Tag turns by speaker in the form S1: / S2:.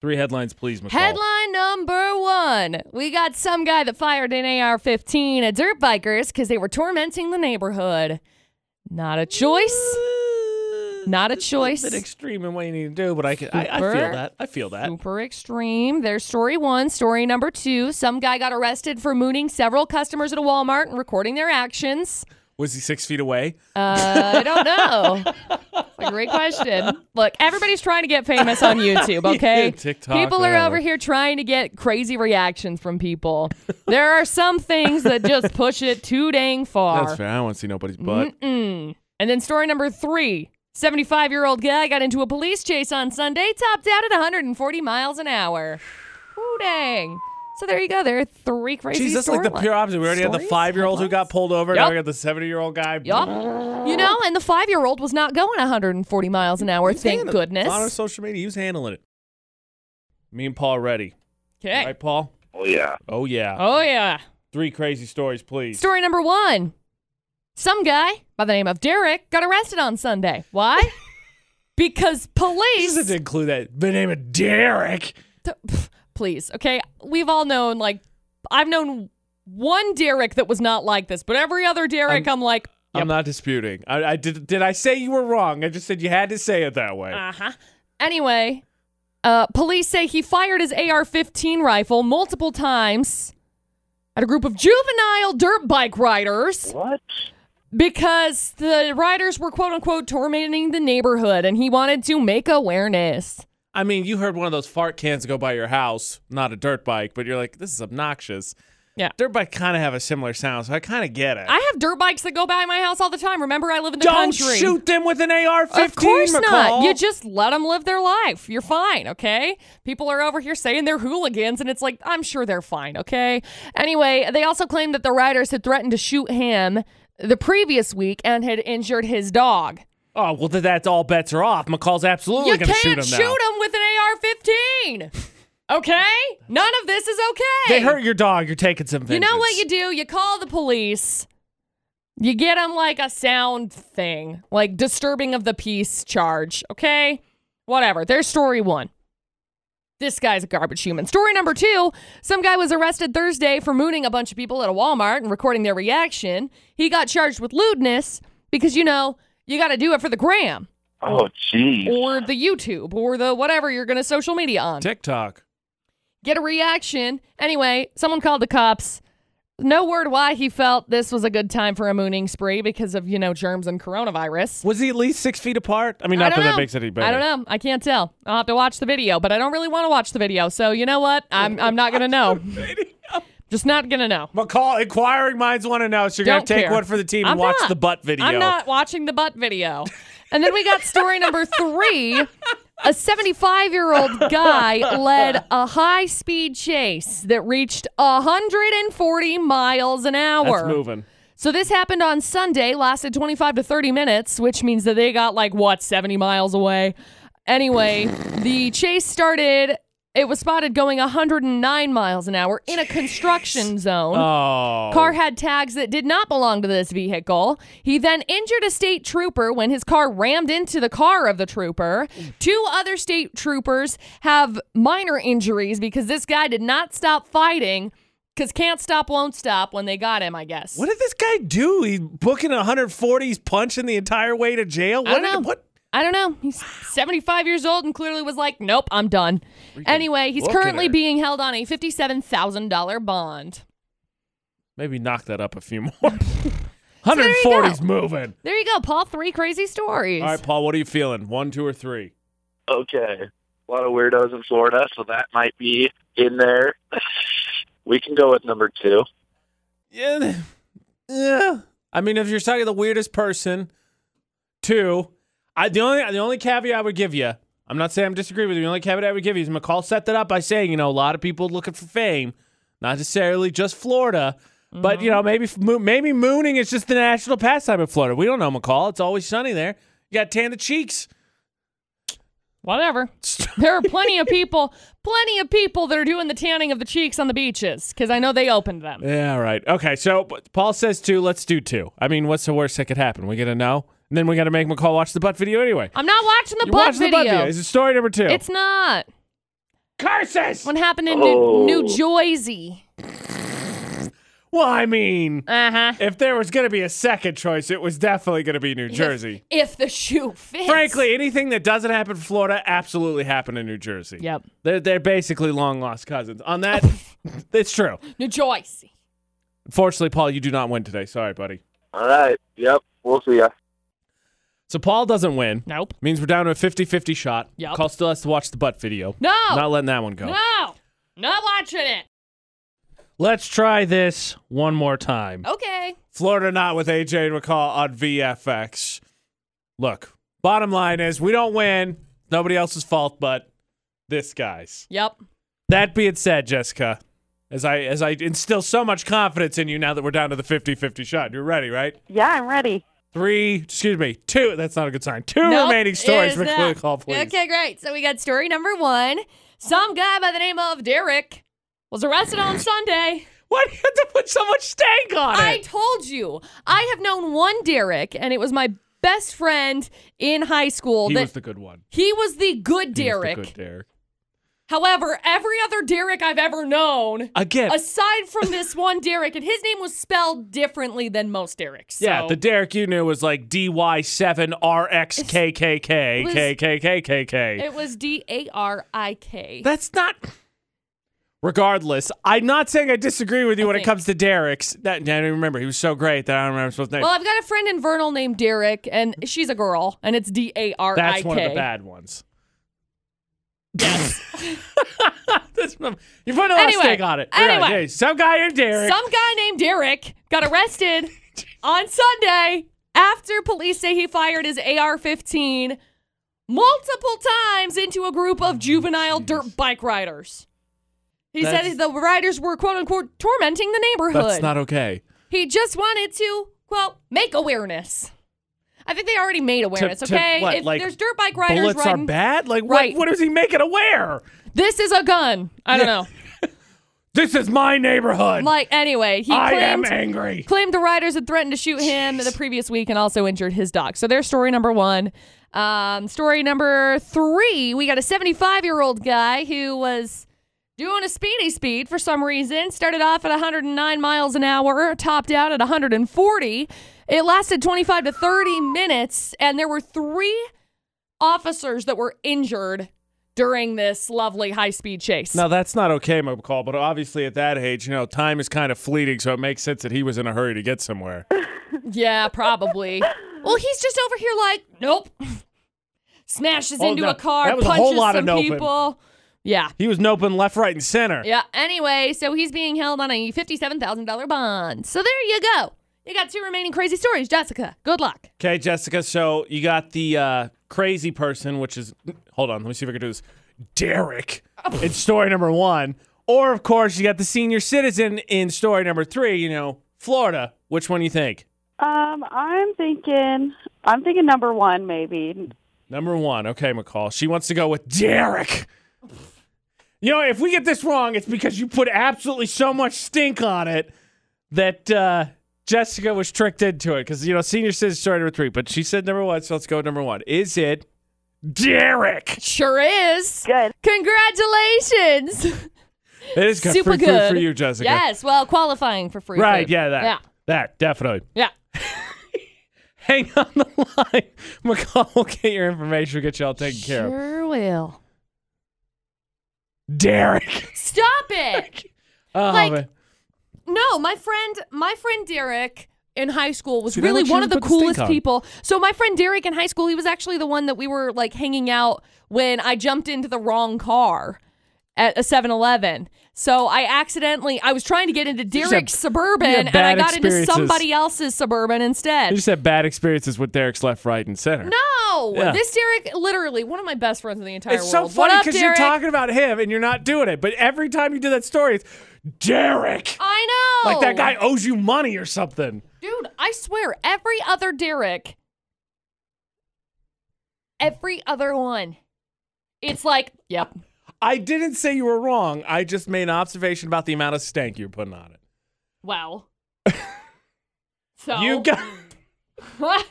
S1: Three headlines, please, McCall.
S2: Headline number one We got some guy that fired an AR 15 at dirt bikers because they were tormenting the neighborhood. Not a choice. Not a choice.
S1: It's extreme in what you need to do, but I, can, I, I feel
S2: Super.
S1: that. I feel that.
S2: Super extreme. There's story one. Story number two Some guy got arrested for mooning several customers at a Walmart and recording their actions.
S1: Was he six feet away?
S2: Uh, I don't know. It's a great question. Look, everybody's trying to get famous on YouTube, okay?
S1: Yeah, TikTok,
S2: people are
S1: whatever.
S2: over here trying to get crazy reactions from people. there are some things that just push it too dang far.
S1: That's fair. I don't want to see nobody's butt.
S2: And then story number three 75 year old guy got into a police chase on Sunday, topped out at 140 miles an hour. Ooh, dang. So there you go. There are three crazy
S1: Jeez, that's like the
S2: storyli-
S1: pure opposite. We already had the
S2: stories,
S1: five year old who got
S2: headlines.
S1: pulled over. Now
S2: Yup.
S1: we got the 70 year old guy.
S2: Yup. You know, and the five year old was not going 140 miles an hour, thank
S1: Handle-
S2: goodness.
S1: On our social media, he was handling it. Me and Paul are ready.
S2: Okay.
S1: Right, Paul?
S3: Oh yeah.
S1: Oh, yeah.
S2: Oh, yeah.
S1: Three crazy stories, please.
S2: Story number one Some guy by the name of Derek got arrested on Sunday. Why? because
S1: Just
S2: police.
S1: to include that. The name of Derek.
S2: Th- pff, Please, okay? We've all known, like, I've known one Derek that was not like this, but every other Derek, I'm, like,
S1: I'm not disputing. I, I did. Did I say you were wrong? I just said you had to say it that way.
S2: uh huh. Anyway, uh, police say he fired his AR 15 rifle multiple times at a group of juvenile dirt bike riders.
S3: What?
S2: because the riders were quote unquote tormenting the neighborhood and he wanted to make awareness.
S1: I mean, you heard one of those fart cans go by your house, not a dirt bike, but you're like, this is obnoxious.
S2: Yeah.
S1: Dirt bike kind of have a similar sound, so I kind of get it.
S2: I have dirt bikes that go by my house all the time. Remember, I live in the
S1: Don't
S2: country.
S1: shoot them with an AR-15,
S2: Of course
S1: McCall.
S2: not. You just let them live their life. You're fine, okay? People are over here saying they're hooligans, and it's like, I'm sure they're fine, okay? Anyway, they also claimed that the riders had threatened to shoot him the previous week and had injured his dog.
S1: Oh well, then that's all bets are off. McCall's absolutely
S2: You
S1: going to
S2: can't
S1: shoot him now.
S2: with an AR 15. Okay? None of this is okay.
S1: They hurt your dog. You're taking some. Vengeance.
S2: You know what you do? You call the police. You get them like a sound thing, like disturbing of the peace charge, okay? Whatever. There's story one. This guy's a garbage human. Story number two some guy was arrested Thursday for mooning a bunch of people at a Walmart and recording their reaction. He got charged with lewdness because, you know, you got to do it for the gram
S3: Oh jeez.
S2: or the YouTube or the whatever you're going to social media on
S1: TikTok.
S2: get a reaction. Anyway, someone called the cops. No word why he felt this was a good time for a mooning spree because of, you know, germs and coronavirus.
S1: Was he at least six feet apart? I mean,
S2: I
S1: not
S2: don't
S1: that
S2: know.
S1: that makes any better.
S2: I don't know. I can't tell. I'll have to watch the video, but I don't really want to watch the video. So you know what? I'm I'm not gonna know. Just not gonna know.
S1: McCall, inquiring minds want to know, so you're going
S2: Don't
S1: to take
S2: care.
S1: one for the team
S2: I'm
S1: and watch
S2: not.
S1: the butt video.
S2: I'm not watching the butt video. And then we got story number three. A 75 year old guy led a high speed chase that reached 140 miles an
S1: That's
S2: hour.
S1: moving.
S2: So this happened on Sunday, lasted 25 to 30 minutes, which means that they got like what 70 miles away. Anyway, the chase started. It was spotted going 109 miles an hour in a construction zone.
S1: Oh.
S2: Car had tags that did not belong to this vehicle. He then injured a state trooper when his car rammed into the car of the trooper. Two other state troopers have minor injuries because this guy did not stop fighting because can't stop, won't stop when they got him, I guess.
S1: What did this guy do? He's booking 140. He's punching the entire way to jail. What?
S2: I don't
S1: did-
S2: know.
S1: What?
S2: I don't know. He's 75 years old and clearly was like, nope, I'm done. Anyway, he's
S1: look at
S2: currently
S1: her.
S2: being held on a $57,000 bond.
S1: Maybe knock that up a few more.
S2: there you
S1: 140's moving.
S2: There you go, Paul. Three crazy stories.
S1: All right, Paul. What are you feeling? One, two, or three?
S3: Okay. A lot of weirdos in Florida, so that might be in there. we can go with number two.
S1: Yeah. Yeah. I mean, if you're talking the weirdest person, two. I the only the only caveat I would give you. I'm not saying I'm disagreeing with you. The only caveat I would give you is McCall set that up by saying, you know, a lot of people looking for fame, not necessarily just Florida, but you know, maybe mo- maybe mooning is just the national pastime in Florida. We don't know McCall. It's always sunny there. You got to tan the cheeks.
S2: Whatever. There are plenty of people, plenty of people that are doing the tanning of the cheeks on the beaches because I know they opened them.
S1: Yeah, all right. Okay, so but Paul says two. Let's do two. I mean, what's the worst that could happen? We get a no, and then we got to make McCall watch the butt video anyway.
S2: I'm not watching the
S1: You
S2: butt
S1: watch the butt video. Is it story number two?
S2: It's not.
S1: horses.
S2: What happened in
S3: Oh.
S2: New, New Jersey?
S1: Well, I mean,
S2: Uh huh.
S1: if there was going to be a second choice, it was definitely going to be New Jersey.
S2: If, the shoe fits.
S1: Frankly, anything that doesn't happen in Florida absolutely happened in New Jersey.
S2: Yep.
S1: They're, they're basically long lost cousins. On that, it's true.
S2: New Jersey.
S1: Fortunately, Paul, you do not win today. Sorry, buddy.
S3: All right. Yep. We'll see ya.
S1: So Paul doesn't win.
S2: Nope.
S1: Means we're down to a 50 50 shot.
S2: Yep.
S1: Carl still has to watch the butt video.
S2: No.
S1: Not letting that one go.
S2: no. Not watching it.
S1: Let's try this one more time.
S2: Okay.
S1: Florida not with AJ and McCall on VFX. Look, bottom line is we don't win. Nobody else's fault but this guy's.
S2: Yep.
S1: That being said, Jessica, as I as I instill so much confidence in you now that we're down to the 50-50 shot. You're ready, right?
S4: Yeah, I'm ready.
S1: Three, excuse me, two. That's not a good sign. Two
S2: Nope,
S1: remaining
S2: it
S1: stories
S2: is
S1: for
S2: not.
S1: McCall, please.
S2: Okay, great. So we got story number one. Some guy by the name of Derek was arrested on Sunday.
S1: Why do you have to put so much stank on
S2: I
S1: it?
S2: told you, I have known one Derek, and it was my best friend in high school.
S1: He
S2: that
S1: was the good one.
S2: he was the good
S1: He was the
S2: Derek.
S1: good Derek.
S2: However, every other Derek I've ever known,
S1: Again.
S2: aside from this one Derek, and his name was spelled differently than most Derek's. So
S1: Yeah, the Derek you knew was like
S2: It was-
S1: DY7RXKKKKKKK.
S2: it was D A R I K.
S1: That's not. Regardless, I'm not saying I disagree with you
S2: I
S1: when
S2: think-
S1: it comes to Derek's. That, I don't even remember. He was so great that I don't remember his name.
S2: Well, I've got a friend in Vernal named Derek, and she's a girl, and it's D A R I K.
S1: That's one of the bad ones.
S2: Yes.
S1: That's one of- you put a lot of
S2: Anyway,
S1: stake on it. Yeah,
S2: anyway.
S1: hey, some guy named Derek.
S2: Some guy named Derek got arrested on Sunday after police say he fired his AR 15 multiple times into a group
S1: Oh,
S2: of juvenile dirt bike riders. He
S1: That's-
S2: said the riders were, quote unquote, tormenting the neighborhood.
S1: That's not okay.
S2: he just wanted to, quote, make awareness. I think they already made awareness,
S1: to
S2: okay?
S1: what,
S2: if
S1: like,
S2: there's dirt bike riders
S1: Bullets are
S2: riding,
S1: bad. Like,
S2: Right.
S1: what, what is he making aware?
S2: this is a gun. I don't know.
S1: This is my neighborhood.
S2: Like, anyway, he
S1: I am
S2: claimed
S1: angry.
S2: claimed the riders had threatened to shoot him the previous week and also injured his dog. So there's story number one. Um, story number three, we got a 75 year old guy who was doing a speedy speed for some reason. Started off at 109 miles an hour, topped out at 140. It lasted 25 to 30 minutes, and there were three officers that were injured during this lovely high speed chase.
S1: Now that's not okay, McCall. But obviously, at that age, you know, time is kind of fleeting, so it makes sense that he was in a hurry to get somewhere.
S2: Yeah, probably. well, he's just over here like, nope. Smashes
S1: Oh,
S2: into
S1: no.
S2: a car,
S1: That was a
S2: punches
S1: whole lot of
S2: some
S1: noping.
S2: people. Yeah.
S1: He was noping left, right, and center.
S2: Yeah. Anyway, so he's being held on a $57,000 bond. So there you go. You got two remaining crazy stories, Jessica. Good luck.
S1: Okay, Jessica. So you got the uh, crazy person, which is hold on. Let me see if I can do this. Derek. in story number one, or of course you got the senior citizen in story number three. You know, Florida. Which one do you think?
S4: Um, I'm thinking, I'm thinking number one maybe.
S1: Number one. Okay, McCall. She wants to go with Derek. You know, if we get this wrong, it's because you put absolutely so much stink on it that uh, Jessica was tricked into it. Because, you know, senior citizen story number three, but she said number one, so let's go with number one. Is it Derek?
S2: Sure is.
S4: Good.
S2: Congratulations.
S1: It is good.
S2: Super
S1: free food
S2: good.
S1: for you, Jessica.
S2: Yes. Well, qualifying for free.
S1: Right,
S2: food.
S1: yeah, that.
S2: Yeah.
S1: That, definitely.
S2: Yeah.
S1: Hang on the line. McCall will get your information, we'll get y'all taken care of.
S2: Sure will.
S1: Derek.
S2: Stop it.
S1: Oh,
S2: Like,
S1: man.
S2: No, my friend, my friend Derek in high school was
S1: See, that
S2: really
S1: lets you
S2: one of the
S1: put the stink
S2: coolest
S1: on.
S2: people. So my friend Derek in high school, he was actually the one that we were like hanging out when I jumped into the wrong car at a 7-Eleven. So I accidentally I was trying to get into
S1: just had-
S2: Derek's
S1: you
S2: suburban
S1: had
S2: and I
S1: bad
S2: got into
S1: experiences.
S2: somebody else's suburban
S1: You
S2: instead.
S1: just had bad experiences with Derek's left, right, and center.
S2: No,
S1: Yeah.
S2: this Derek, literally one of my best friends in the entire
S1: It's so
S2: world.
S1: funny
S2: what up,
S1: because you're
S2: Derek?
S1: talking about him and you're not doing it. But every time you do that story, it's Derek.
S2: I know,
S1: Like that guy owes you money or something.
S2: Dude, I swear, every other Derek, every other one, it's like, yep.
S1: I didn't say you were wrong. I just made an observation about the amount of stank you're putting on it.
S2: Wow. so
S1: You got
S2: what?